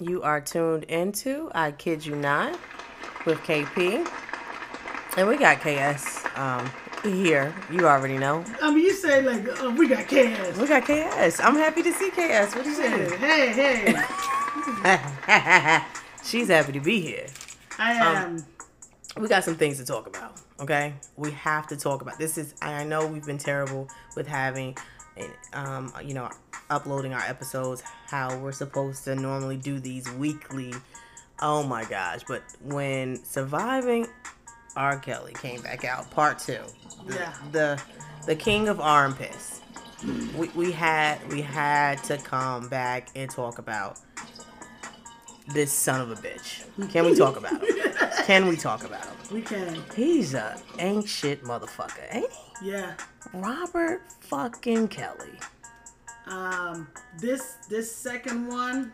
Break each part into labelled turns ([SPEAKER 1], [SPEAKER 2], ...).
[SPEAKER 1] You are tuned into I Kid You Not with KP. And we got KS um, here. You already know.
[SPEAKER 2] I mean, you say like uh, we got cash.
[SPEAKER 1] We got KS. I'm happy to see KS. What you
[SPEAKER 2] Hey,
[SPEAKER 1] saying?
[SPEAKER 2] hey,
[SPEAKER 1] She's happy to be here.
[SPEAKER 2] I
[SPEAKER 1] Um,
[SPEAKER 2] am.
[SPEAKER 1] we got some things to talk about okay we have to talk about this is i know we've been terrible with having um you know uploading our episodes how we're supposed to normally do these weekly oh my gosh but when surviving r kelly came back out part two the
[SPEAKER 2] Yeah.
[SPEAKER 1] the, the king of armpits we, we had we had to come back and talk about this son of a bitch can we talk about him can we talk about him
[SPEAKER 2] we can.
[SPEAKER 1] He's a ain't shit motherfucker, ain't he?
[SPEAKER 2] Yeah.
[SPEAKER 1] Robert fucking Kelly.
[SPEAKER 2] Um, this this second one.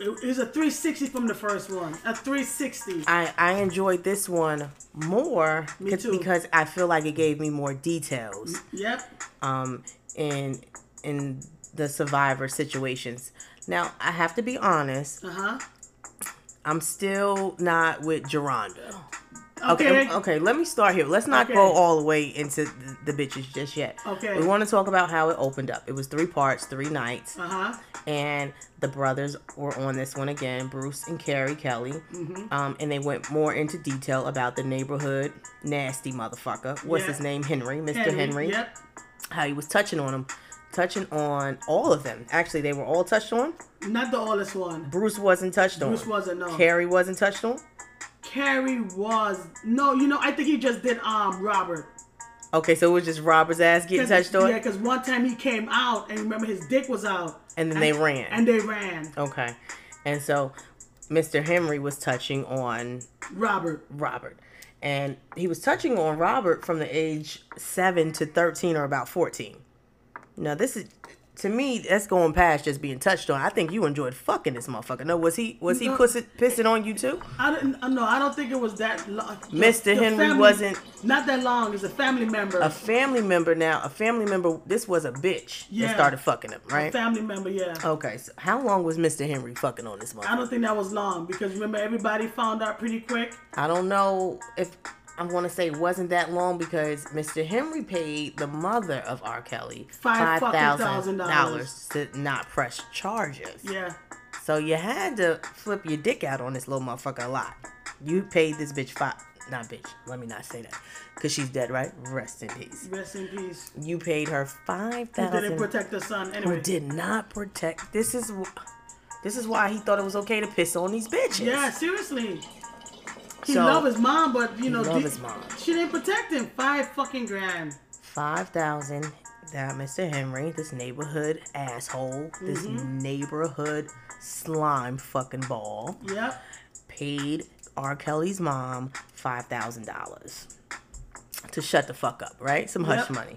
[SPEAKER 2] It it was a 360 from the first one. A 360.
[SPEAKER 1] I, I enjoyed this one more
[SPEAKER 2] Me
[SPEAKER 1] cause-
[SPEAKER 2] too.
[SPEAKER 1] because I feel like it gave me more details
[SPEAKER 2] Yep.
[SPEAKER 1] um in in the survivor situations. Now I have to be honest,
[SPEAKER 2] Uh huh.
[SPEAKER 1] I'm still not with Geronda.
[SPEAKER 2] Okay.
[SPEAKER 1] Okay, um, okay, let me start here. Let's not
[SPEAKER 2] Okay.
[SPEAKER 1] go all the way into the, the bitches just yet.
[SPEAKER 2] Okay.
[SPEAKER 1] We want to talk about how it opened up. It was three parts, three nights.
[SPEAKER 2] Uh huh.
[SPEAKER 1] and the brothers were on this one again, Bruce and Carrie Kelly.
[SPEAKER 2] Mm-hmm.
[SPEAKER 1] Um, and they went more into detail about the neighborhood nasty motherfucker. What's
[SPEAKER 2] Yeah.
[SPEAKER 1] his name? Henry, Mr. Henry.
[SPEAKER 2] Yep.
[SPEAKER 1] How he was touching on him, touching on all of them. Actually, they were all touched on.
[SPEAKER 2] Not the oldest one.
[SPEAKER 1] Bruce wasn't touched on.
[SPEAKER 2] Bruce wasn't, no.
[SPEAKER 1] Carrie wasn't touched on.
[SPEAKER 2] Carrie was no. You know, I think he just did um Robert.
[SPEAKER 1] Okay, so it was just Robert's ass getting touched on,
[SPEAKER 2] Yeah, because one time he came out and remember his dick was out.
[SPEAKER 1] and then they ran.
[SPEAKER 2] And they ran.
[SPEAKER 1] okay, and so Mr. Henry was touching on
[SPEAKER 2] Robert.
[SPEAKER 1] Robert. And he was touching on Robert from the age 7 to 13 or about 14. Now, this is to me that's going past just being touched on. I think you enjoyed fucking this motherfucker. No, was he was he
[SPEAKER 2] No.
[SPEAKER 1] pussing, pissing on you too?
[SPEAKER 2] I didn't. uh, No, I don't think it was that uh, long.
[SPEAKER 1] Mr. Henry wasn't-
[SPEAKER 2] not that long. He's a family member.
[SPEAKER 1] A family member now, a family member this was a bitch that
[SPEAKER 2] Yeah.
[SPEAKER 1] started fucking him,
[SPEAKER 2] A
[SPEAKER 1] right?
[SPEAKER 2] family member. Yeah.
[SPEAKER 1] Okay, so how long was Mr. Henry fucking on this
[SPEAKER 2] I
[SPEAKER 1] motherfucker?
[SPEAKER 2] don't think that was long because remember everybody found out pretty quick.
[SPEAKER 1] I don't know if I want to say it wasn't that long because Mr. Henry paid the mother of R. Kelly
[SPEAKER 2] Five fucking thousand
[SPEAKER 1] $5,000 to not press charges.
[SPEAKER 2] Yeah.
[SPEAKER 1] So you had to flip your dick out on this little motherfucker a lot. You paid this bitch five. Not bitch. Let me not say that. Because she's dead, right? Rest in peace.
[SPEAKER 2] Rest in peace.
[SPEAKER 1] You paid her
[SPEAKER 2] He didn't
[SPEAKER 1] 5000
[SPEAKER 2] protect the son anyway.
[SPEAKER 1] Did not protect. This is. wh- This is why he thought it was okay to piss on these bitches.
[SPEAKER 2] Yeah, seriously. He
[SPEAKER 1] So-
[SPEAKER 2] loved his mom, but you know,
[SPEAKER 1] loved
[SPEAKER 2] the-
[SPEAKER 1] his mom.
[SPEAKER 2] She didn't protect him. Five fucking grand.
[SPEAKER 1] five thousand that Mr. Henry, this neighborhood asshole, this neighborhood slime fucking ball,
[SPEAKER 2] Yep.
[SPEAKER 1] paid R. Kelly's mom five thousand dollars to shut the fuck up, right? Some hush
[SPEAKER 2] Yep.
[SPEAKER 1] money.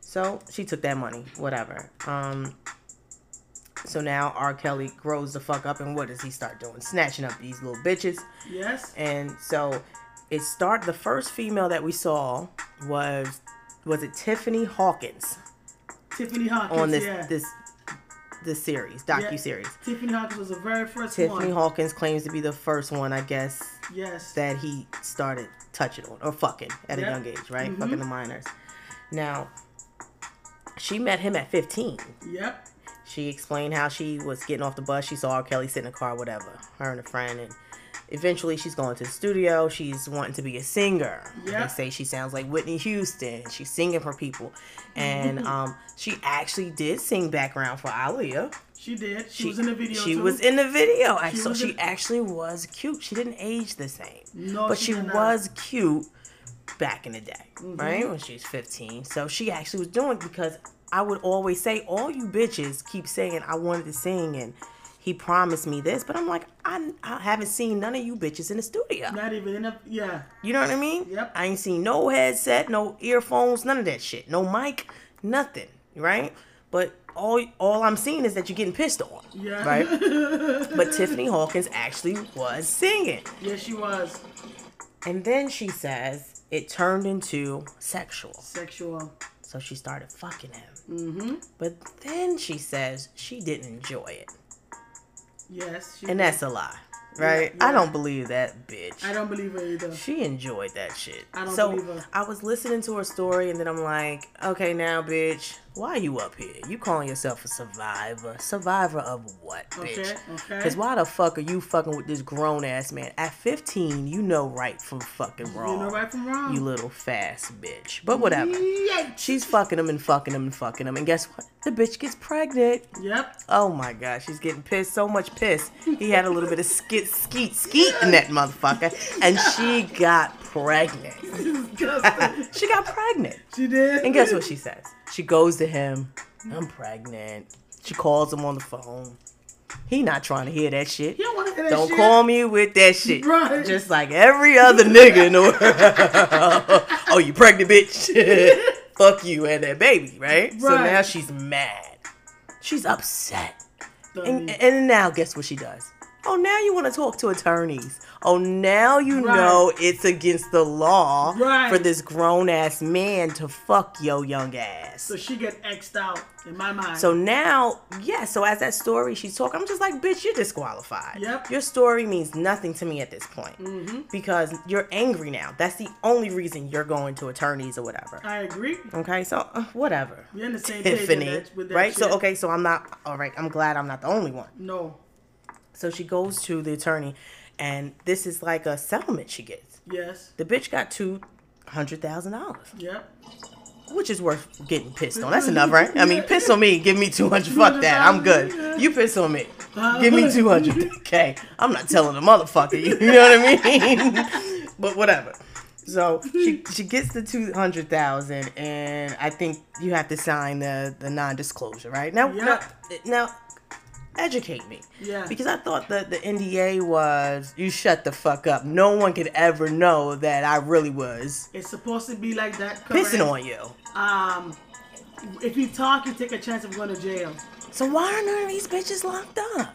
[SPEAKER 1] So she took that money, whatever. Um. So now R. Kelly grows the fuck up, and what does he start doing? Snatching up these little bitches.
[SPEAKER 2] Yes.
[SPEAKER 1] And so it start the first female that we saw was was it Tiffany Hawkins
[SPEAKER 2] Tiffany Hawkins.
[SPEAKER 1] on this
[SPEAKER 2] yeah.
[SPEAKER 1] this this series,
[SPEAKER 2] Yeah.
[SPEAKER 1] docu series.
[SPEAKER 2] Tiffany Hawkins was the very first
[SPEAKER 1] Tiffany
[SPEAKER 2] one.
[SPEAKER 1] Hawkins claims to be the first one, I guess,
[SPEAKER 2] yes.
[SPEAKER 1] that he started touching on or fucking at a
[SPEAKER 2] Yeah.
[SPEAKER 1] young age,
[SPEAKER 2] Mm-hmm.
[SPEAKER 1] right? Fucking the minors. Now, she met him at 15.
[SPEAKER 2] Yep.
[SPEAKER 1] She explained how she was getting off the bus. She saw R. Kelly sit in a car, whatever, her and a friend. And eventually she's going to the studio. She's wanting to be a singer.
[SPEAKER 2] Yeah.
[SPEAKER 1] They say she sounds like Whitney Houston. She's singing for people. And um, she actually did sing background for Aaliyah.
[SPEAKER 2] She did. She, was in the video.
[SPEAKER 1] She
[SPEAKER 2] too.
[SPEAKER 1] was in the video. I
[SPEAKER 2] She
[SPEAKER 1] saw
[SPEAKER 2] was
[SPEAKER 1] she
[SPEAKER 2] in-
[SPEAKER 1] actually was cute. She didn't age the same.
[SPEAKER 2] No,
[SPEAKER 1] but
[SPEAKER 2] she
[SPEAKER 1] she,
[SPEAKER 2] did not. Mm-hmm.
[SPEAKER 1] was cute back in the day, right? When she was 15. So she actually was doing because I would always say, all you bitches keep saying I wanted to sing and he promised me this, but I'm like, I, I haven't seen none of you bitches in the studio.
[SPEAKER 2] Not even in a yeah.
[SPEAKER 1] You know what I mean?
[SPEAKER 2] Yep.
[SPEAKER 1] I ain't seen no headset, no earphones, none of that shit. No mic, nothing, right? But all all I'm seeing is that you're getting pissed on.
[SPEAKER 2] Yeah.
[SPEAKER 1] Right? but Tiffany Hawkins actually was singing.
[SPEAKER 2] Yes, she was
[SPEAKER 1] And then she says it turned into sexual.
[SPEAKER 2] sexual.
[SPEAKER 1] So she started fucking him. Mm-hmm. But then she says she didn't enjoy it.
[SPEAKER 2] Yes. She
[SPEAKER 1] And
[SPEAKER 2] did.
[SPEAKER 1] that's a lie, right?
[SPEAKER 2] Yeah,
[SPEAKER 1] I
[SPEAKER 2] yeah.
[SPEAKER 1] don't believe that bitch.
[SPEAKER 2] I don't believe her either.
[SPEAKER 1] She enjoyed that shit.
[SPEAKER 2] I don't
[SPEAKER 1] so
[SPEAKER 2] believe her.
[SPEAKER 1] I was listening to her story, and then I'm like, okay, now, bitch, why you up here? You calling yourself a survivor? Survivor of what, bitch?
[SPEAKER 2] Okay. Okay.
[SPEAKER 1] Cause why the fuck are you fucking with this grown ass man? At 15, you know right from fucking wrong.
[SPEAKER 2] You know right from wrong.
[SPEAKER 1] You little fast bitch. But whatever.
[SPEAKER 2] Yeah.
[SPEAKER 1] She's fucking him and fucking him and fucking him. And guess what? The bitch gets pregnant.
[SPEAKER 2] Yep.
[SPEAKER 1] Oh my god, she's getting pissed. So much piss. He had a little bit of skit, skeet, skeet in that motherfucker. And she got pregnant.
[SPEAKER 2] Disgusting.
[SPEAKER 1] she got pregnant.
[SPEAKER 2] she did.
[SPEAKER 1] And guess what she says? She goes to him. I'm pregnant. She calls him on the phone. He not trying to hear that shit.
[SPEAKER 2] You don't want to hear that
[SPEAKER 1] Don't
[SPEAKER 2] shit.
[SPEAKER 1] call me with that shit.
[SPEAKER 2] Right.
[SPEAKER 1] Just like every other nigga in the world. oh, you pregnant, bitch. Fuck you and that baby, right? So
[SPEAKER 2] Right.
[SPEAKER 1] now she's mad. She's upset.
[SPEAKER 2] Don't
[SPEAKER 1] And,
[SPEAKER 2] need-
[SPEAKER 1] and now guess what she does? Oh, now you want to talk to attorneys. Oh, now you
[SPEAKER 2] Right.
[SPEAKER 1] know it's against the law
[SPEAKER 2] Right.
[SPEAKER 1] for this grown ass man to fuck yo young ass.
[SPEAKER 2] so she get xed out in my mind.
[SPEAKER 1] So now, yeah, so as that story she's talking, I'm just like, bitch, you're disqualified.
[SPEAKER 2] Yep. Mm-hmm.
[SPEAKER 1] Your story means nothing to me at this point. Because you're angry now. That's the only reason you're going to attorneys or whatever.
[SPEAKER 2] I agree.
[SPEAKER 1] Okay, so uh, whatever.
[SPEAKER 2] We're on the same page with
[SPEAKER 1] Tiffany.
[SPEAKER 2] that, with that
[SPEAKER 1] right? So
[SPEAKER 2] shit.
[SPEAKER 1] okay, so I'm not all right, I'm glad I'm not the only one.
[SPEAKER 2] No.
[SPEAKER 1] So she goes to the attorney and this is like a settlement she gets.
[SPEAKER 2] Yes.
[SPEAKER 1] The bitch got two hundred thousand dollars.
[SPEAKER 2] Yep.
[SPEAKER 1] Which is worth getting pissed on. That's enough, right? I mean, piss on me, give me 200. Fuck that. I'm good. You piss on me, give me 200. Okay. I'm not telling a motherfucker. You know what I mean? But whatever. So she she gets the 200,000, and I think you have to sign the, the non disclosure, right? Now, now, now, educate me.
[SPEAKER 2] Yeah.
[SPEAKER 1] Because I thought that the NDA was you shut the fuck up. No one could ever know that I really was
[SPEAKER 2] It's supposed to be like that. Correct?
[SPEAKER 1] pissing on you.
[SPEAKER 2] Um, if you talk, you take a chance of going to jail.
[SPEAKER 1] So why are none of these bitches locked up?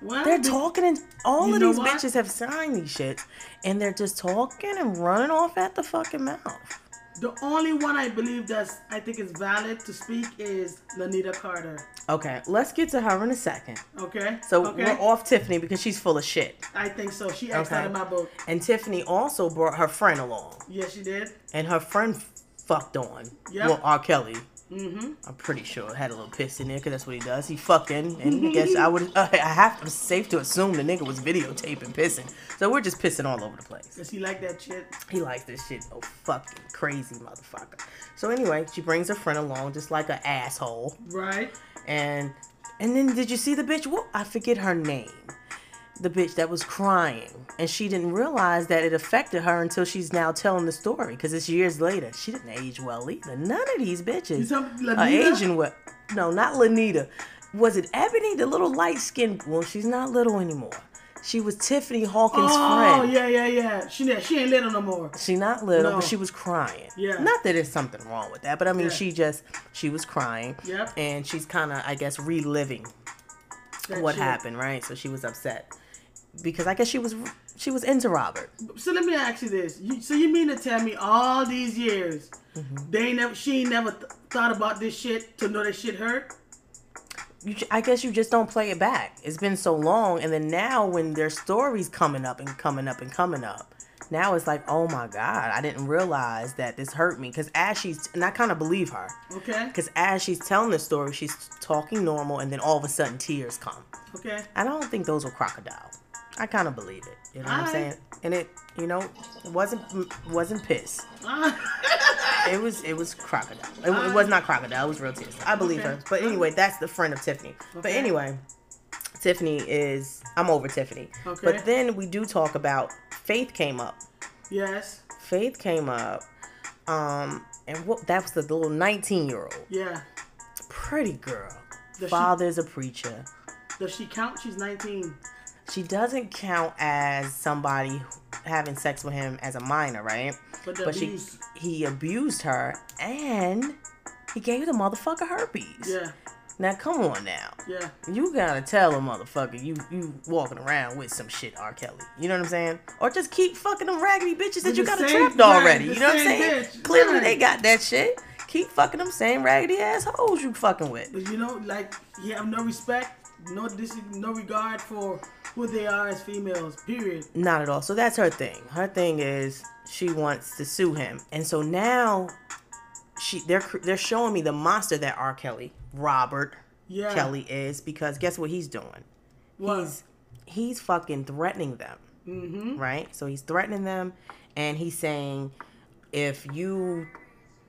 [SPEAKER 2] Well,
[SPEAKER 1] They're
[SPEAKER 2] be-
[SPEAKER 1] talking and all
[SPEAKER 2] You
[SPEAKER 1] of
[SPEAKER 2] know
[SPEAKER 1] these
[SPEAKER 2] what?
[SPEAKER 1] bitches have signed these shits and they're just talking and running off at the fucking mouth.
[SPEAKER 2] The only one I believe that's I think is valid to speak is Lanita Carter.
[SPEAKER 1] Okay, let's get to her in a second.
[SPEAKER 2] Okay.
[SPEAKER 1] So
[SPEAKER 2] okay.
[SPEAKER 1] we're off Tiffany because she's full of shit.
[SPEAKER 2] I think so. She asked
[SPEAKER 1] Okay.
[SPEAKER 2] out of my book.
[SPEAKER 1] And Tiffany also brought her friend along.
[SPEAKER 2] Yes, she did.
[SPEAKER 1] And her friend fucked on.
[SPEAKER 2] Yep.
[SPEAKER 1] Well, R. Kelly.
[SPEAKER 2] Mm-hmm.
[SPEAKER 1] I'm pretty sure had a little piss in there because that's what he does. He fucking, and I guess I would, I have to, it's safe to assume the nigga was videotaping pissing. So we're just pissing all over the place.
[SPEAKER 2] Cause she liked that shit.
[SPEAKER 1] He likes this shit. Oh, fucking crazy motherfucker. So anyway, she brings her friend along, just like an asshole.
[SPEAKER 2] Right.
[SPEAKER 1] And and then did you see the bitch? What I forget her name. The bitch that was crying, and she didn't realize that it affected her until she's now telling the story. Because it's years later. She didn't age well either. None of these
[SPEAKER 2] You
[SPEAKER 1] bitches
[SPEAKER 2] talking
[SPEAKER 1] are
[SPEAKER 2] Lanita?
[SPEAKER 1] aging well. No, not Lanita. Was it Ebony, the little light skinned? Well, she's not little anymore. She was Tiffany Hawkins'
[SPEAKER 2] Oh
[SPEAKER 1] friend.
[SPEAKER 2] yeah, yeah, yeah. She yeah, she ain't little no more.
[SPEAKER 1] She not little,
[SPEAKER 2] No.
[SPEAKER 1] but she was crying.
[SPEAKER 2] Yeah.
[SPEAKER 1] Not that there's something wrong with that, but I mean,
[SPEAKER 2] Yeah.
[SPEAKER 1] she just she was crying.
[SPEAKER 2] Yep.
[SPEAKER 1] And she's kind of, I guess, reliving
[SPEAKER 2] That
[SPEAKER 1] what
[SPEAKER 2] shit.
[SPEAKER 1] happened, right? So she was upset because I guess she was she was into Robert.
[SPEAKER 2] So let me ask you this. You, so you mean to tell me all these years
[SPEAKER 1] Mm-hmm.
[SPEAKER 2] they ain't never she ain't never th- thought about this shit to know that shit hurt?
[SPEAKER 1] You, ju- I guess you just don't play it back. It's been so long, and then now when their stories coming up and coming up and coming up. Now it's like, oh my God, I didn't realize that this hurt me. Because as she's, and I kind of believe her.
[SPEAKER 2] Okay.
[SPEAKER 1] Because as she's telling the story, she's talking normal, and then all of a sudden tears come.
[SPEAKER 2] Okay.
[SPEAKER 1] And I don't think those were crocodile. I kind of believe it. You know what I'm
[SPEAKER 2] Alright.
[SPEAKER 1] saying? And it, you know, it wasn't wasn't piss. It was it was crocodile. It, wa- it was not crocodile. It was real tears. I believe
[SPEAKER 2] Okay.
[SPEAKER 1] her. But anyway, that's the friend of Tiffany. But
[SPEAKER 2] Okay.
[SPEAKER 1] anyway, Tiffany is I'm over Tiffany.
[SPEAKER 2] Okay.
[SPEAKER 1] But then we do talk about Faith came up.
[SPEAKER 2] yes.
[SPEAKER 1] Faith came up. Um, and what that was the little 19 year old
[SPEAKER 2] Yeah.
[SPEAKER 1] pretty girl.
[SPEAKER 2] Does she-
[SPEAKER 1] Father's a preacher.
[SPEAKER 2] Does she count? She's 19.
[SPEAKER 1] she doesn't count as somebody having sex with him as a minor, right?
[SPEAKER 2] But, the
[SPEAKER 1] But she
[SPEAKER 2] abuse-
[SPEAKER 1] he abused her and he gave the motherfucker herpes.
[SPEAKER 2] Yeah.
[SPEAKER 1] Now come on now.
[SPEAKER 2] Yeah.
[SPEAKER 1] You gotta tell a motherfucker you you walking around with some shit, R. Kelly. You know what I'm saying? Or just keep fucking them raggedy bitches that
[SPEAKER 2] With
[SPEAKER 1] you
[SPEAKER 2] the
[SPEAKER 1] got
[SPEAKER 2] same-
[SPEAKER 1] trapped
[SPEAKER 2] right,
[SPEAKER 1] already.
[SPEAKER 2] the
[SPEAKER 1] You know what I'm
[SPEAKER 2] same
[SPEAKER 1] saying?
[SPEAKER 2] bitch,
[SPEAKER 1] Clearly
[SPEAKER 2] right.
[SPEAKER 1] they got that shit. Keep fucking them same raggedy assholes you fucking with.
[SPEAKER 2] But you know, like you have no respect. no dis- no regard for who they are as females. Period.
[SPEAKER 1] Not at all. So that's her thing. Her thing is she wants to sue him, and so now she they're cr- they're showing me the monster that R. Kelly, Robert
[SPEAKER 2] Yeah.
[SPEAKER 1] Kelly is because guess what he's doing?
[SPEAKER 2] Was
[SPEAKER 1] He's fucking threatening them,
[SPEAKER 2] mm-hmm.
[SPEAKER 1] right? So he's threatening them, and he's saying, if you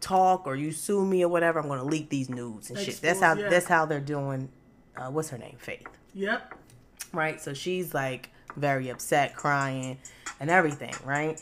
[SPEAKER 1] talk or you sue me or whatever, I'm gonna leak these nudes and shit. That's how
[SPEAKER 2] Expose, yeah.
[SPEAKER 1] that's how they're doing. Uh, what's her name? Faith.
[SPEAKER 2] Yep.
[SPEAKER 1] right? So she's like very upset, crying, and everything, right?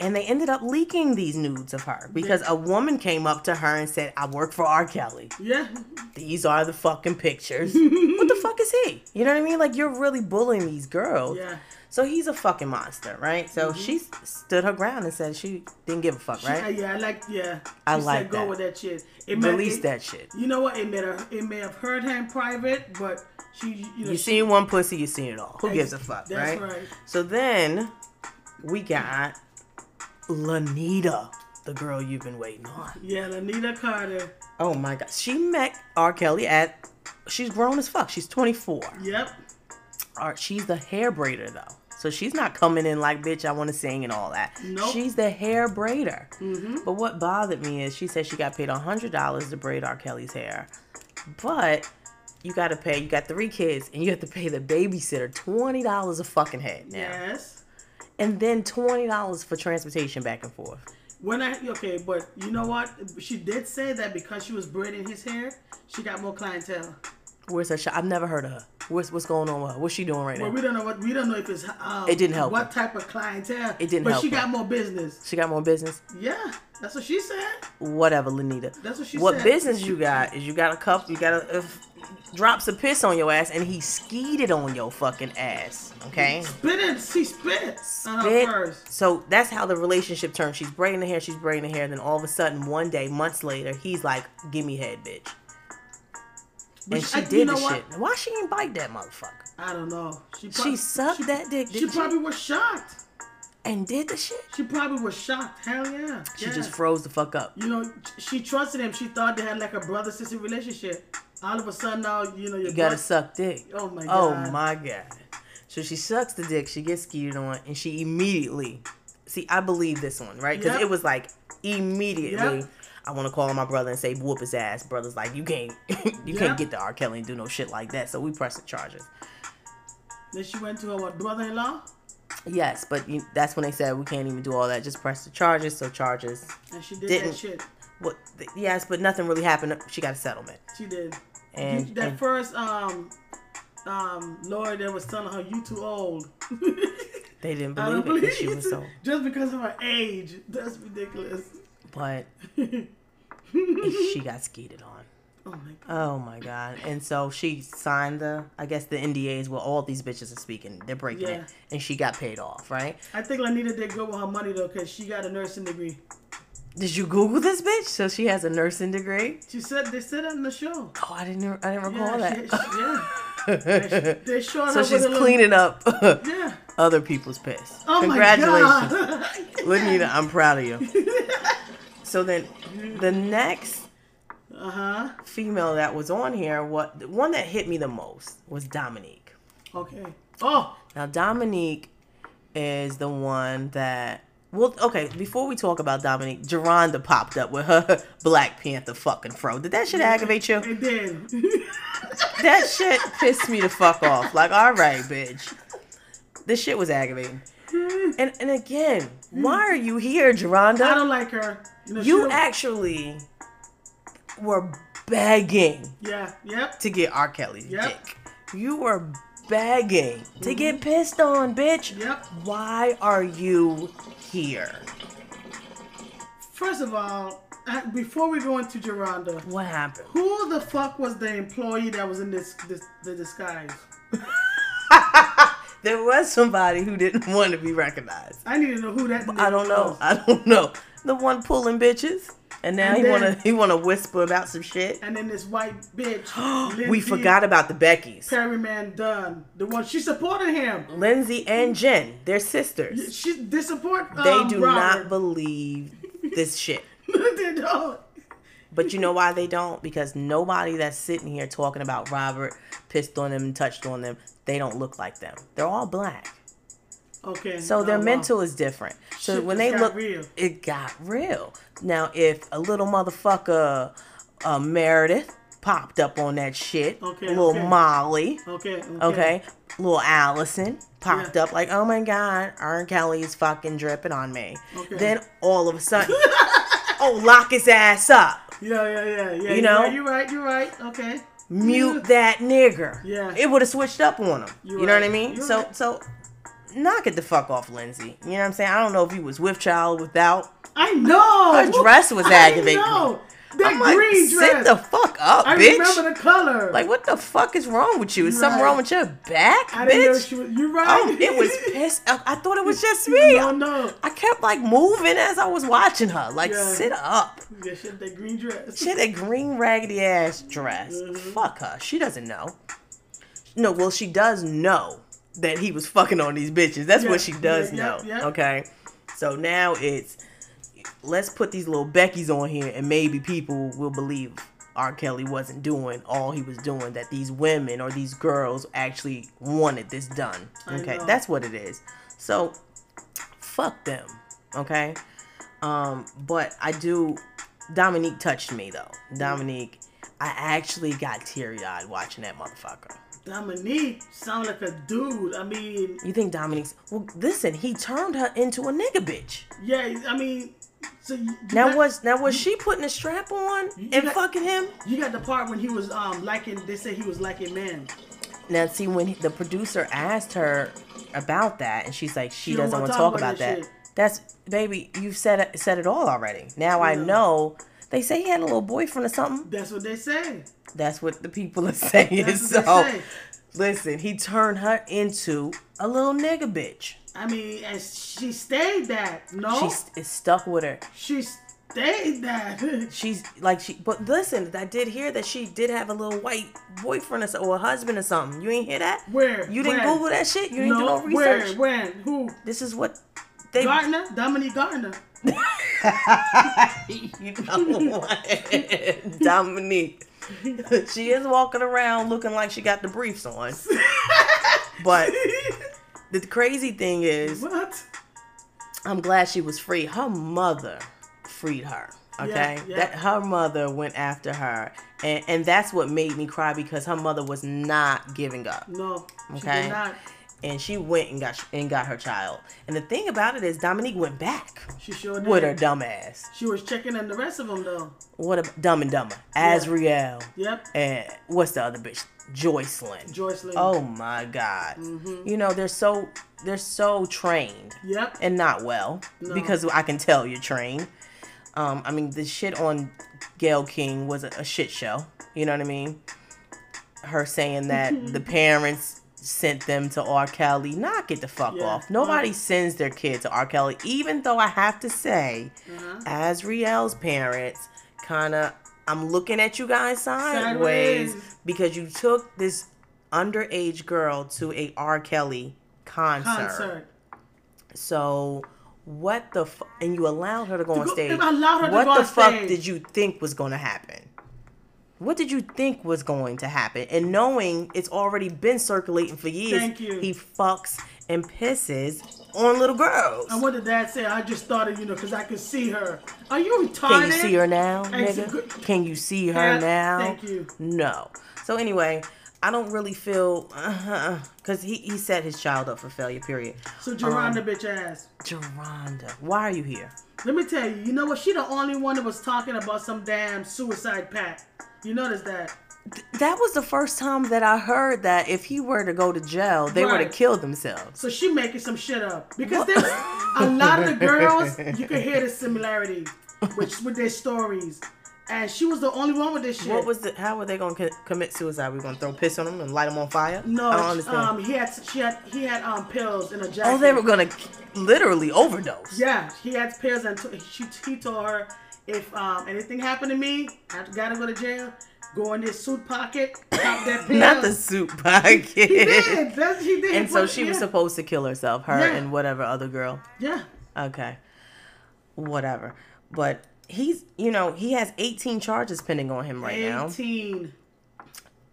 [SPEAKER 1] And they ended up leaking these nudes of her because a woman came up to her and said, I work for R. Kelly.
[SPEAKER 2] Yeah.
[SPEAKER 1] These are the fucking pictures. what the fuck is he? You know what I mean? Like, you're really bullying these girls.
[SPEAKER 2] Yeah. Mm-hmm.
[SPEAKER 1] So he's a fucking monster, right? So she s- stood her ground and said she didn't give a fuck,
[SPEAKER 2] She-
[SPEAKER 1] right?
[SPEAKER 2] yeah. I like. Yeah.
[SPEAKER 1] I
[SPEAKER 2] She
[SPEAKER 1] like
[SPEAKER 2] said, Go
[SPEAKER 1] that.
[SPEAKER 2] with that shit. It may-
[SPEAKER 1] Release
[SPEAKER 2] it-
[SPEAKER 1] that shit.
[SPEAKER 2] You know what? It may have it may have hurt her in private, but she. You know.
[SPEAKER 1] You
[SPEAKER 2] she-
[SPEAKER 1] seen one pussy, you seen it all. Who gives a fuck,
[SPEAKER 2] That's
[SPEAKER 1] right?
[SPEAKER 2] right.
[SPEAKER 1] So then we got Lanita, the girl you've been waiting on.
[SPEAKER 2] Yeah, Lanita Carter.
[SPEAKER 1] Oh my god. She met R. Kelly at she's grown as fuck. She's 24.
[SPEAKER 2] Yep.
[SPEAKER 1] Or she's the hair braider though. So she's not coming in like bitch, I want to sing and all that.
[SPEAKER 2] Nope.
[SPEAKER 1] She's the hair braider. But what bothered me is she said she got paid $100 to braid R. Kelly's hair. But you got to pay, you got three kids, and you have to pay the babysitter $20 a fucking head now.
[SPEAKER 2] Yes.
[SPEAKER 1] and then twenty dollars for transportation back and forth.
[SPEAKER 2] When I okay, but you know what? She did say that because she was braiding his hair, she got more clientele.
[SPEAKER 1] Where's her shop? I've never heard of her. What's what's going on with her? What's she doing right
[SPEAKER 2] But
[SPEAKER 1] now?
[SPEAKER 2] we don't know what we don't know if it's um,
[SPEAKER 1] It didn't help
[SPEAKER 2] what
[SPEAKER 1] her.
[SPEAKER 2] type of clientele.
[SPEAKER 1] It didn't
[SPEAKER 2] But
[SPEAKER 1] help
[SPEAKER 2] she
[SPEAKER 1] her.
[SPEAKER 2] got more business.
[SPEAKER 1] She got more business.
[SPEAKER 2] Yeah, that's what she said.
[SPEAKER 1] Whatever, Lenita.
[SPEAKER 2] That's what she
[SPEAKER 1] What
[SPEAKER 2] said.
[SPEAKER 1] business you got is you got a cup, you got a, a f- drops of piss on your ass, and he skeeted on your fucking ass. Okay.
[SPEAKER 2] Spit it. She spit, on her
[SPEAKER 1] Bit-
[SPEAKER 2] first.
[SPEAKER 1] So that's how the relationship turned. She's braiding the hair, she's braiding the hair, then all of a sudden, one day, months later, he's like, "Give me head, bitch,"
[SPEAKER 2] But
[SPEAKER 1] and she
[SPEAKER 2] I-
[SPEAKER 1] did
[SPEAKER 2] you know
[SPEAKER 1] the
[SPEAKER 2] what?
[SPEAKER 1] shit. Why she ain't bite that motherfucker?
[SPEAKER 2] I don't know. She
[SPEAKER 1] She sucked
[SPEAKER 2] she-
[SPEAKER 1] that dick,
[SPEAKER 2] She,
[SPEAKER 1] didn't she?
[SPEAKER 2] probably was shocked.
[SPEAKER 1] And did the shit.
[SPEAKER 2] She probably was shocked. Hell yeah.
[SPEAKER 1] She
[SPEAKER 2] Yeah.
[SPEAKER 1] just froze the fuck up.
[SPEAKER 2] you know, she trusted him. She thought they had like a brother sister relationship. All of a sudden now, you know, your
[SPEAKER 1] You gotta
[SPEAKER 2] brother-
[SPEAKER 1] suck dick.
[SPEAKER 2] Oh my
[SPEAKER 1] Oh
[SPEAKER 2] God.
[SPEAKER 1] my god. So she sucks the dick, she gets skied on, and she immediately. See, I believe this one, right? Because
[SPEAKER 2] Yep.
[SPEAKER 1] it was like immediately.
[SPEAKER 2] Yep.
[SPEAKER 1] I want to call my brother and say whoop his ass. Brother's like, you can't, you
[SPEAKER 2] Yep.
[SPEAKER 1] can't get to R. Kelly and do no shit like that. So we press the charges.
[SPEAKER 2] Then she went to her what, brother-in-law,
[SPEAKER 1] Yes, but you, that's when they said we can't even do all that. Just press the charges. So charges.
[SPEAKER 2] and she did
[SPEAKER 1] Didn't.
[SPEAKER 2] that shit.
[SPEAKER 1] What? th- yes, but nothing really happened. She got a settlement.
[SPEAKER 2] She did.
[SPEAKER 1] And-
[SPEAKER 2] You- that
[SPEAKER 1] and-
[SPEAKER 2] first um um lawyer that was telling her you too old. I
[SPEAKER 1] They didn't believe
[SPEAKER 2] don't
[SPEAKER 1] it.
[SPEAKER 2] believe
[SPEAKER 1] 'cause She was
[SPEAKER 2] it.
[SPEAKER 1] so.
[SPEAKER 2] just because of her age. That's ridiculous.
[SPEAKER 1] But
[SPEAKER 2] oh
[SPEAKER 1] she got skeeted on.
[SPEAKER 2] my god.
[SPEAKER 1] Oh my god! And so she signed the, I guess the NDAs where all these bitches are speaking. They're breaking
[SPEAKER 2] Yeah.
[SPEAKER 1] it, and she got paid off, right?
[SPEAKER 2] I think Lanita did good with her money though, cause she got a nursing degree.
[SPEAKER 1] Did you Google this bitch? So she has a nursing degree.
[SPEAKER 2] She said they said that in the show.
[SPEAKER 1] Oh, I didn't, I didn't recall
[SPEAKER 2] yeah, she- she- yeah.
[SPEAKER 1] that.
[SPEAKER 2] They showed her
[SPEAKER 1] so
[SPEAKER 2] with
[SPEAKER 1] she's
[SPEAKER 2] a little-
[SPEAKER 1] cleaning up
[SPEAKER 2] Yeah.
[SPEAKER 1] other people's piss.
[SPEAKER 2] Oh my
[SPEAKER 1] Congratulations,
[SPEAKER 2] god.
[SPEAKER 1] Lenita. I'm proud of you. so then, the next
[SPEAKER 2] Uh huh.
[SPEAKER 1] female that was on here, what the one that hit me the most was Dominique.
[SPEAKER 2] Okay. Oh,
[SPEAKER 1] Now Dominique is the one that well okay, before we talk about Dominique, Geronda popped up with her Black Panther fucking fro. Did that shit aggravate you?
[SPEAKER 2] it did.
[SPEAKER 1] That shit pissed me the fuck off. Like, alright, bitch. This shit was aggravating. And and again, why are you here,
[SPEAKER 2] I
[SPEAKER 1] Geronda?
[SPEAKER 2] don't like her. You, know, she
[SPEAKER 1] You
[SPEAKER 2] don't-
[SPEAKER 1] actually were begging
[SPEAKER 2] Yeah. Yep.
[SPEAKER 1] to get R. Kelly's
[SPEAKER 2] Yep.
[SPEAKER 1] dick. You were begging to get pissed on, bitch.
[SPEAKER 2] Yep.
[SPEAKER 1] Why are you here?
[SPEAKER 2] First of all, uh, before we go into Geronda,
[SPEAKER 1] What happened?
[SPEAKER 2] who the fuck was the employee that was in this, this the disguise?
[SPEAKER 1] There was somebody who didn't want to be recognized.
[SPEAKER 2] I need to know who that.
[SPEAKER 1] I don't know. I don't know. The one pulling bitches, and now
[SPEAKER 2] And
[SPEAKER 1] he wanna
[SPEAKER 2] then-
[SPEAKER 1] he wanna whisper about some shit.
[SPEAKER 2] And then this white bitch.
[SPEAKER 1] we
[SPEAKER 2] Lindsay
[SPEAKER 1] forgot about the Beckys,
[SPEAKER 2] Perryman Dunn, the one she supported him.
[SPEAKER 1] Lindsay and Jen. They're sisters.
[SPEAKER 2] She they support.
[SPEAKER 1] They
[SPEAKER 2] um,
[SPEAKER 1] do
[SPEAKER 2] Robert.
[SPEAKER 1] not believe this shit.
[SPEAKER 2] they don't.
[SPEAKER 1] But you know why they don't? Because nobody that's sitting here talking about Robert pissed on them and touched on them, they don't look like them. They're all black.
[SPEAKER 2] Okay.
[SPEAKER 1] So their
[SPEAKER 2] oh, wow.
[SPEAKER 1] mental is different. So
[SPEAKER 2] Shit
[SPEAKER 1] when
[SPEAKER 2] just
[SPEAKER 1] they
[SPEAKER 2] got
[SPEAKER 1] look,
[SPEAKER 2] real.
[SPEAKER 1] it got real. Now, if a little motherfucker, uh, Meredith, popped up on that shit,
[SPEAKER 2] Okay,
[SPEAKER 1] little
[SPEAKER 2] okay.
[SPEAKER 1] Molly,
[SPEAKER 2] Okay. Okay.
[SPEAKER 1] okay, little Allison popped
[SPEAKER 2] Yeah.
[SPEAKER 1] up like, oh my god, R. Kelly's fucking dripping on me.
[SPEAKER 2] Okay.
[SPEAKER 1] Then all of a sudden, oh, lock his ass up.
[SPEAKER 2] Yeah, yeah, yeah, yeah.
[SPEAKER 1] You know?
[SPEAKER 2] you're right. You're right. Okay.
[SPEAKER 1] mute that nigger.
[SPEAKER 2] Yeah.
[SPEAKER 1] It would have switched up on him. You,
[SPEAKER 2] You're
[SPEAKER 1] know what I
[SPEAKER 2] right.
[SPEAKER 1] mean?
[SPEAKER 2] You're
[SPEAKER 1] so
[SPEAKER 2] right.
[SPEAKER 1] so knock it the fuck off, Lindsay. You know what I'm saying? I don't know if he was with child, without.
[SPEAKER 2] I know.
[SPEAKER 1] Her dress was aggravating me.
[SPEAKER 2] I know. That
[SPEAKER 1] I'm like,
[SPEAKER 2] green
[SPEAKER 1] sit
[SPEAKER 2] dress.
[SPEAKER 1] the fuck up,
[SPEAKER 2] I
[SPEAKER 1] bitch.
[SPEAKER 2] remember the color.
[SPEAKER 1] like what the fuck is wrong with you? Is something
[SPEAKER 2] Right.
[SPEAKER 1] wrong with your back,
[SPEAKER 2] I didn't know
[SPEAKER 1] bitch?
[SPEAKER 2] she was. You're right.
[SPEAKER 1] Oh, it was pissed. I, I thought it was just me.
[SPEAKER 2] No, no.
[SPEAKER 1] I kept like moving as I was watching her. Like
[SPEAKER 2] Yeah.
[SPEAKER 1] sit up.
[SPEAKER 2] Yeah, she had that green dress.
[SPEAKER 1] She had a green raggedy ass dress.
[SPEAKER 2] Mhm.
[SPEAKER 1] Fuck her. She doesn't know. No, well, she does know that he was fucking on these bitches. That's
[SPEAKER 2] Yeah,
[SPEAKER 1] what she does
[SPEAKER 2] yeah,
[SPEAKER 1] know.
[SPEAKER 2] yeah, yeah.
[SPEAKER 1] Okay. So now it's let's put these little Becky's on here and maybe people will believe R. Kelly wasn't doing all he was doing, that these women or these girls actually wanted this done.
[SPEAKER 2] I
[SPEAKER 1] Okay.
[SPEAKER 2] know.
[SPEAKER 1] That's what it is. So fuck them. Okay. Um, but I do. Dominique touched me though. Dominique, I actually got teary eyed watching that motherfucker.
[SPEAKER 2] Dominique sound like a dude. I mean,
[SPEAKER 1] You think Dominique's? Well, listen, he turned her into a nigga bitch.
[SPEAKER 2] yeah. I mean, so you, you
[SPEAKER 1] Now
[SPEAKER 2] got-
[SPEAKER 1] was now was she putting a strap on and
[SPEAKER 2] got-
[SPEAKER 1] fucking him?
[SPEAKER 2] You got the part when he was um liking. They say he was liking men.
[SPEAKER 1] Now see when he- the producer asked her about that, and she's like, she,
[SPEAKER 2] She don't
[SPEAKER 1] doesn't want
[SPEAKER 2] wanna
[SPEAKER 1] to
[SPEAKER 2] talk
[SPEAKER 1] talk
[SPEAKER 2] about
[SPEAKER 1] about
[SPEAKER 2] that
[SPEAKER 1] that.
[SPEAKER 2] shit.
[SPEAKER 1] That's baby, you've said it, said it all already. Now I
[SPEAKER 2] Yeah.
[SPEAKER 1] know. They say he had a little boyfriend or something.
[SPEAKER 2] That's what they say.
[SPEAKER 1] That's what the people are saying.
[SPEAKER 2] That's
[SPEAKER 1] so,
[SPEAKER 2] what they say.
[SPEAKER 1] listen, he turned her into a little nigga bitch.
[SPEAKER 2] I mean, and she stayed that. No,
[SPEAKER 1] She st- is stuck with her.
[SPEAKER 2] she stayed that.
[SPEAKER 1] She's like she, but listen, I did hear that she did have a little white boyfriend or, so, or a husband or something. You ain't hear that?
[SPEAKER 2] Where?
[SPEAKER 1] You didn't
[SPEAKER 2] When?
[SPEAKER 1] Google that shit. You didn't do no research.
[SPEAKER 2] where? When? Who?
[SPEAKER 1] This is what they.
[SPEAKER 2] Gardner? Dominique Gardner.
[SPEAKER 1] you know what? Dominique. she is walking around looking like she got the briefs on. But the crazy thing is,
[SPEAKER 2] what?
[SPEAKER 1] I'm glad she was free. Her mother freed her. Okay,
[SPEAKER 2] yeah.
[SPEAKER 1] that her mother went after her, and and that's what made me cry because her mother was not giving up,
[SPEAKER 2] No. She
[SPEAKER 1] Okay.
[SPEAKER 2] did not.
[SPEAKER 1] and she went and got and got her child. And the thing about it is, Dominique went back
[SPEAKER 2] She sure did.
[SPEAKER 1] with her dumb ass.
[SPEAKER 2] She was checking on the rest of them though.
[SPEAKER 1] What a dumb and dumber, Azriel,
[SPEAKER 2] Yep.
[SPEAKER 1] and what's the other bitch, Joycelyn.
[SPEAKER 2] Joyce Lee.
[SPEAKER 1] Oh my God! You know they're so they're so trained.
[SPEAKER 2] Yep.
[SPEAKER 1] and not well
[SPEAKER 2] No.
[SPEAKER 1] because I can tell you're trained. Um, I mean, the shit on Gail King was a, a shit show. You know what I mean? Her saying that the parents sent them to R. Kelly. Knock it the fuck
[SPEAKER 2] Yeah.
[SPEAKER 1] off. Nobody sends their kid to R. Kelly, even though I have to say,
[SPEAKER 2] Uh-huh.
[SPEAKER 1] as Riel's parents, kind of, I'm looking at you guys sideways,
[SPEAKER 2] Sideways.
[SPEAKER 1] because you took this underage girl to a R. Kelly
[SPEAKER 2] Concert.
[SPEAKER 1] so what the f- and you allowed her to go on
[SPEAKER 2] go-
[SPEAKER 1] stage.
[SPEAKER 2] I allowed her to
[SPEAKER 1] what
[SPEAKER 2] go on
[SPEAKER 1] the fuck
[SPEAKER 2] stage.
[SPEAKER 1] did you think was going to happen? What did you think was going to happen? And knowing it's already been circulating for years,
[SPEAKER 2] Thank you.
[SPEAKER 1] he fucks and pisses on little girls.
[SPEAKER 2] And what did dad say? I just started, you know, because I could see her. Are you retarded?
[SPEAKER 1] Can you see her now,
[SPEAKER 2] Thanks,
[SPEAKER 1] nigga?
[SPEAKER 2] good-
[SPEAKER 1] Can you see her
[SPEAKER 2] Yeah,
[SPEAKER 1] now?
[SPEAKER 2] thank you.
[SPEAKER 1] No. So anyway, I don't really feel because he he set his child up for failure. Period.
[SPEAKER 2] So Geronda
[SPEAKER 1] Um,
[SPEAKER 2] bitch ass.
[SPEAKER 1] Geronda, why are you here?
[SPEAKER 2] Let me tell you, you know what? She the only one that was talking about some damn suicide pact. You notice that?
[SPEAKER 1] That was the first time that I heard that if he were to go to jail, they would
[SPEAKER 2] Right.
[SPEAKER 1] have killed themselves.
[SPEAKER 2] So she making some shit up because there's a lot of the girls you could hear the similarity with with their stories, and she was the only one with this shit.
[SPEAKER 1] What was the? How were they going to commit suicide? We going to throw piss on them and light them on fire?
[SPEAKER 2] no?
[SPEAKER 1] I don't understand.
[SPEAKER 2] Um, he had she had he had um pills in a jacket.
[SPEAKER 1] oh, they were going to literally overdose.
[SPEAKER 2] Yeah, he had pills, and t- she he told her if um anything happened to me, I gotta go to jail. Go in this suit pocket, pop that pill.
[SPEAKER 1] Not the soup pocket.
[SPEAKER 2] He did. That's, he did.
[SPEAKER 1] And so she was
[SPEAKER 2] yeah.
[SPEAKER 1] supposed to kill herself, her
[SPEAKER 2] Yeah.
[SPEAKER 1] and whatever other girl.
[SPEAKER 2] Yeah.
[SPEAKER 1] Okay. Whatever. But he's you know he has 18 charges pending on him right now
[SPEAKER 2] 18.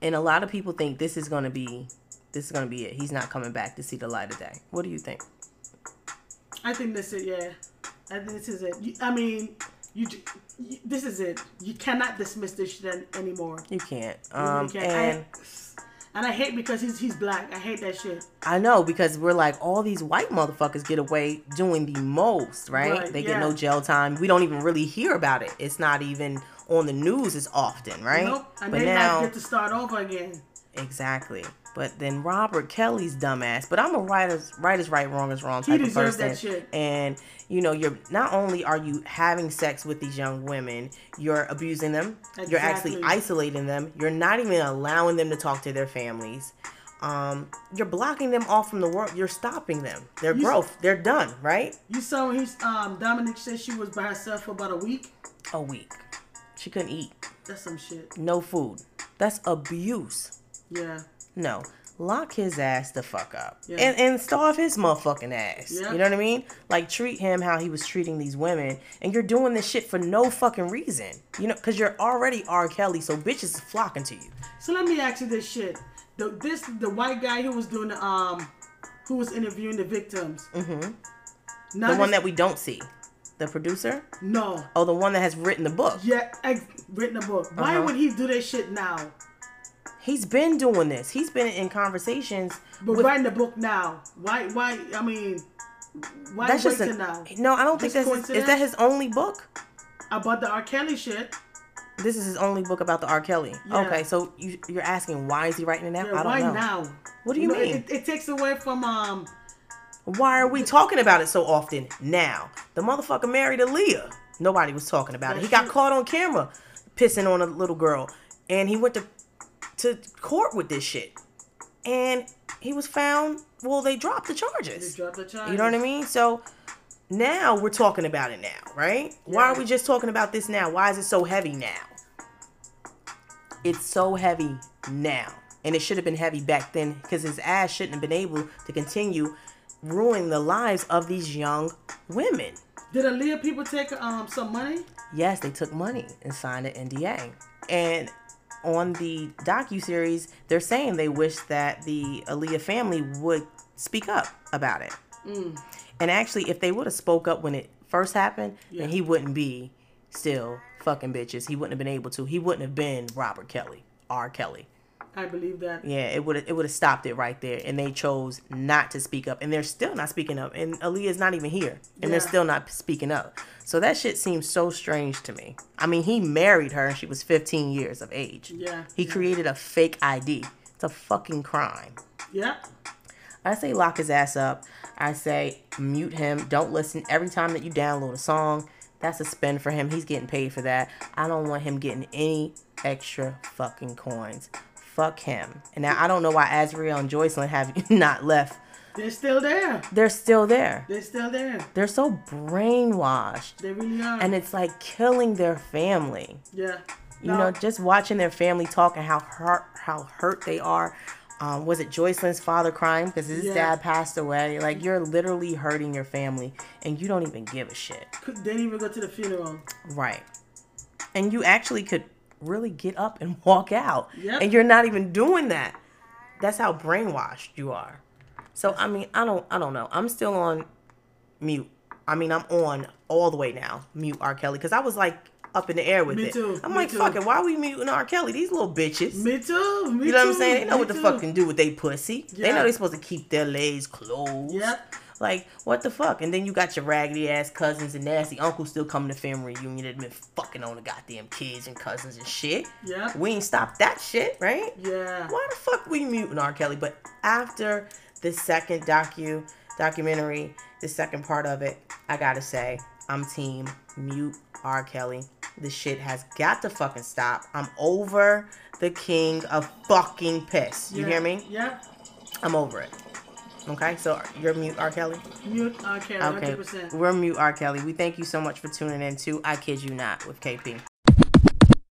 [SPEAKER 1] and a lot of people think this is going to be this is going to be it he's not coming back to see the light of day what do you think
[SPEAKER 2] I think this is yeah. I think this is it. You- I mean, you, j- you- This is it. You cannot dismiss this shit an- anymore.
[SPEAKER 1] you can't
[SPEAKER 2] You really
[SPEAKER 1] um
[SPEAKER 2] can't.
[SPEAKER 1] and
[SPEAKER 2] I, and I hate because he's he's black. I hate that shit.
[SPEAKER 1] I know because we're like all these white motherfuckers get away doing the most, right?
[SPEAKER 2] Right,
[SPEAKER 1] they
[SPEAKER 2] yeah.
[SPEAKER 1] get no jail time. We don't even really hear about it. It's not even on the news as often, right?
[SPEAKER 2] Nope. And
[SPEAKER 1] but
[SPEAKER 2] they
[SPEAKER 1] now,
[SPEAKER 2] might get to start over again.
[SPEAKER 1] exactly. But then Robert Kelly's dumbass. But I'm a writer's right is right, wrong is wrong
[SPEAKER 2] He
[SPEAKER 1] type of
[SPEAKER 2] deserves
[SPEAKER 1] person.
[SPEAKER 2] that shit.
[SPEAKER 1] And you know, you're not only are you having sex with these young women, you're abusing them. You're actually
[SPEAKER 2] Exactly.
[SPEAKER 1] isolating them. You're not even allowing them to talk to their families. Um, you're blocking them off from the world. You're stopping them. Their
[SPEAKER 2] You-
[SPEAKER 1] growth. They're done. Right?
[SPEAKER 2] You saw when he's um Dominic said she was by herself for about a week.
[SPEAKER 1] A week. She couldn't eat.
[SPEAKER 2] That's some shit.
[SPEAKER 1] No food. That's abuse.
[SPEAKER 2] Yeah.
[SPEAKER 1] No. Lock his ass the fuck up.
[SPEAKER 2] Yeah.
[SPEAKER 1] And and starve his motherfucking ass.
[SPEAKER 2] Yeah.
[SPEAKER 1] You know what I mean? Like treat him how he was treating these women. And you're doing this shit for no fucking reason. You know, cause you're already R. Kelly, so bitches is flocking to you.
[SPEAKER 2] So let me ask you this shit. The this the white guy who was doing the um who was interviewing the victims. Mm-hmm.
[SPEAKER 1] The one that we don't see. The producer?
[SPEAKER 2] no.
[SPEAKER 1] Oh, the one that has written the book.
[SPEAKER 2] Yeah, ex- written a book. Why
[SPEAKER 1] Uh-huh.
[SPEAKER 2] would he do that shit now?
[SPEAKER 1] He's been doing this. He's been in conversations.
[SPEAKER 2] But
[SPEAKER 1] with,
[SPEAKER 2] writing a book now. Why? Why? I mean, why
[SPEAKER 1] that's
[SPEAKER 2] wait
[SPEAKER 1] just
[SPEAKER 2] till
[SPEAKER 1] an,
[SPEAKER 2] now?
[SPEAKER 1] no. I don't think that's his,
[SPEAKER 2] Just
[SPEAKER 1] is
[SPEAKER 2] coincidence?
[SPEAKER 1] that his only book.
[SPEAKER 2] About the R. Kelly shit.
[SPEAKER 1] This is his only book about the R. Kelly.
[SPEAKER 2] Yeah.
[SPEAKER 1] Okay, so you, you're asking why is he writing it now?
[SPEAKER 2] Yeah,
[SPEAKER 1] I don't
[SPEAKER 2] why
[SPEAKER 1] know.
[SPEAKER 2] now?
[SPEAKER 1] What do you
[SPEAKER 2] know,
[SPEAKER 1] mean?
[SPEAKER 2] It, it takes away from um.
[SPEAKER 1] Why are we talking about it so often now? The motherfucker married Aaliyah. Nobody was talking about it. He got
[SPEAKER 2] That's
[SPEAKER 1] caught on camera pissing on a little girl, and he went to to court with this shit, and he was found. Well, they dropped the
[SPEAKER 2] They
[SPEAKER 1] charges.
[SPEAKER 2] dropped the charges.
[SPEAKER 1] You know what I mean? So now we're talking about it now, right? Why are we just talking about this now? Why is it so heavy now? It's so heavy now. And it should have been heavy back then because his ass shouldn't have been able to continue ruining the lives of these young women.
[SPEAKER 2] Did Aaliyah people take um some money?
[SPEAKER 1] Yes, they took money and signed an NDA. And on the docu-series, they're saying they wish that the Aaliyah family would speak up about it. And actually, if they would have spoke up when it first happened,
[SPEAKER 2] Yeah.
[SPEAKER 1] then he wouldn't be still fucking bitches. He wouldn't have been able to. He wouldn't have been Robert Kelly, R. Kelly.
[SPEAKER 2] I believe that.
[SPEAKER 1] Yeah, it would it would have stopped it right there. And they chose not to speak up, and they're still not speaking up. And Aaliyah's not even here, and they're
[SPEAKER 2] Yeah.
[SPEAKER 1] still not speaking up. So that shit seems so strange to me. I mean, he married her, and she was 15 years of age.
[SPEAKER 2] Yeah.
[SPEAKER 1] He created a fake ID. It's a fucking crime.
[SPEAKER 2] Yeah.
[SPEAKER 1] I say lock his ass up. I say mute him. Don't listen every time that you download a song. That's a spend for him. He's getting paid for that. I don't want him getting any extra fucking coins. Fuck him. And now I don't know why Azriel and Joycelyn have not left.
[SPEAKER 2] They're still there.
[SPEAKER 1] They're still there.
[SPEAKER 2] They're still there.
[SPEAKER 1] They're so brainwashed.
[SPEAKER 2] They really are.
[SPEAKER 1] And it's like killing their family.
[SPEAKER 2] yeah.
[SPEAKER 1] You
[SPEAKER 2] No,
[SPEAKER 1] know, just watching their family talk and how hurt how hurt they are. Um, was it Joycelyn's father crying because his
[SPEAKER 2] Yeah.
[SPEAKER 1] dad passed away? Like you're literally hurting your family, and you don't even give a shit,
[SPEAKER 2] could- they didn't even go to the funeral.
[SPEAKER 1] right? And you actually could really get up and walk out,
[SPEAKER 2] Yep.
[SPEAKER 1] and you're not even doing that. That's how brainwashed you are. So I mean, I don't, I don't know. I'm still on mute. I mean, I'm on all the way now, mute R. Kelly, because I was like up in the air with
[SPEAKER 2] Me
[SPEAKER 1] it.
[SPEAKER 2] too,
[SPEAKER 1] I'm
[SPEAKER 2] me
[SPEAKER 1] like,
[SPEAKER 2] too.
[SPEAKER 1] fuck it, why are we muting R. Kelly? These little bitches.
[SPEAKER 2] Me too. Me
[SPEAKER 1] You know what I'm
[SPEAKER 2] too,
[SPEAKER 1] saying? They know
[SPEAKER 2] me
[SPEAKER 1] what the
[SPEAKER 2] too.
[SPEAKER 1] fuck can do with they pussy. They
[SPEAKER 2] Yeah.
[SPEAKER 1] know they supposed to keep their legs closed.
[SPEAKER 2] Yep.
[SPEAKER 1] Like, what the fuck? And then you got your raggedy ass cousins and nasty uncles still coming to family reunion that been fucking on the goddamn kids and cousins and shit.
[SPEAKER 2] Yep.
[SPEAKER 1] We ain't stopped that shit, right?
[SPEAKER 2] Yeah.
[SPEAKER 1] Why the fuck we muting R. Kelly? But after the second docu documentary, the second part of it, I gotta say, I'm team mute R. Kelly. This shit has got to fucking stop. I'm over the king of fucking piss. You
[SPEAKER 2] Yeah.
[SPEAKER 1] hear me?
[SPEAKER 2] Yep.
[SPEAKER 1] I'm over it. Okay, so you're mute R. Kelly?
[SPEAKER 2] Mute. Okay.
[SPEAKER 1] Okay.
[SPEAKER 2] 100%.
[SPEAKER 1] We're mute R. Kelly. We thank you so much for tuning in to I Kid You Not with KP.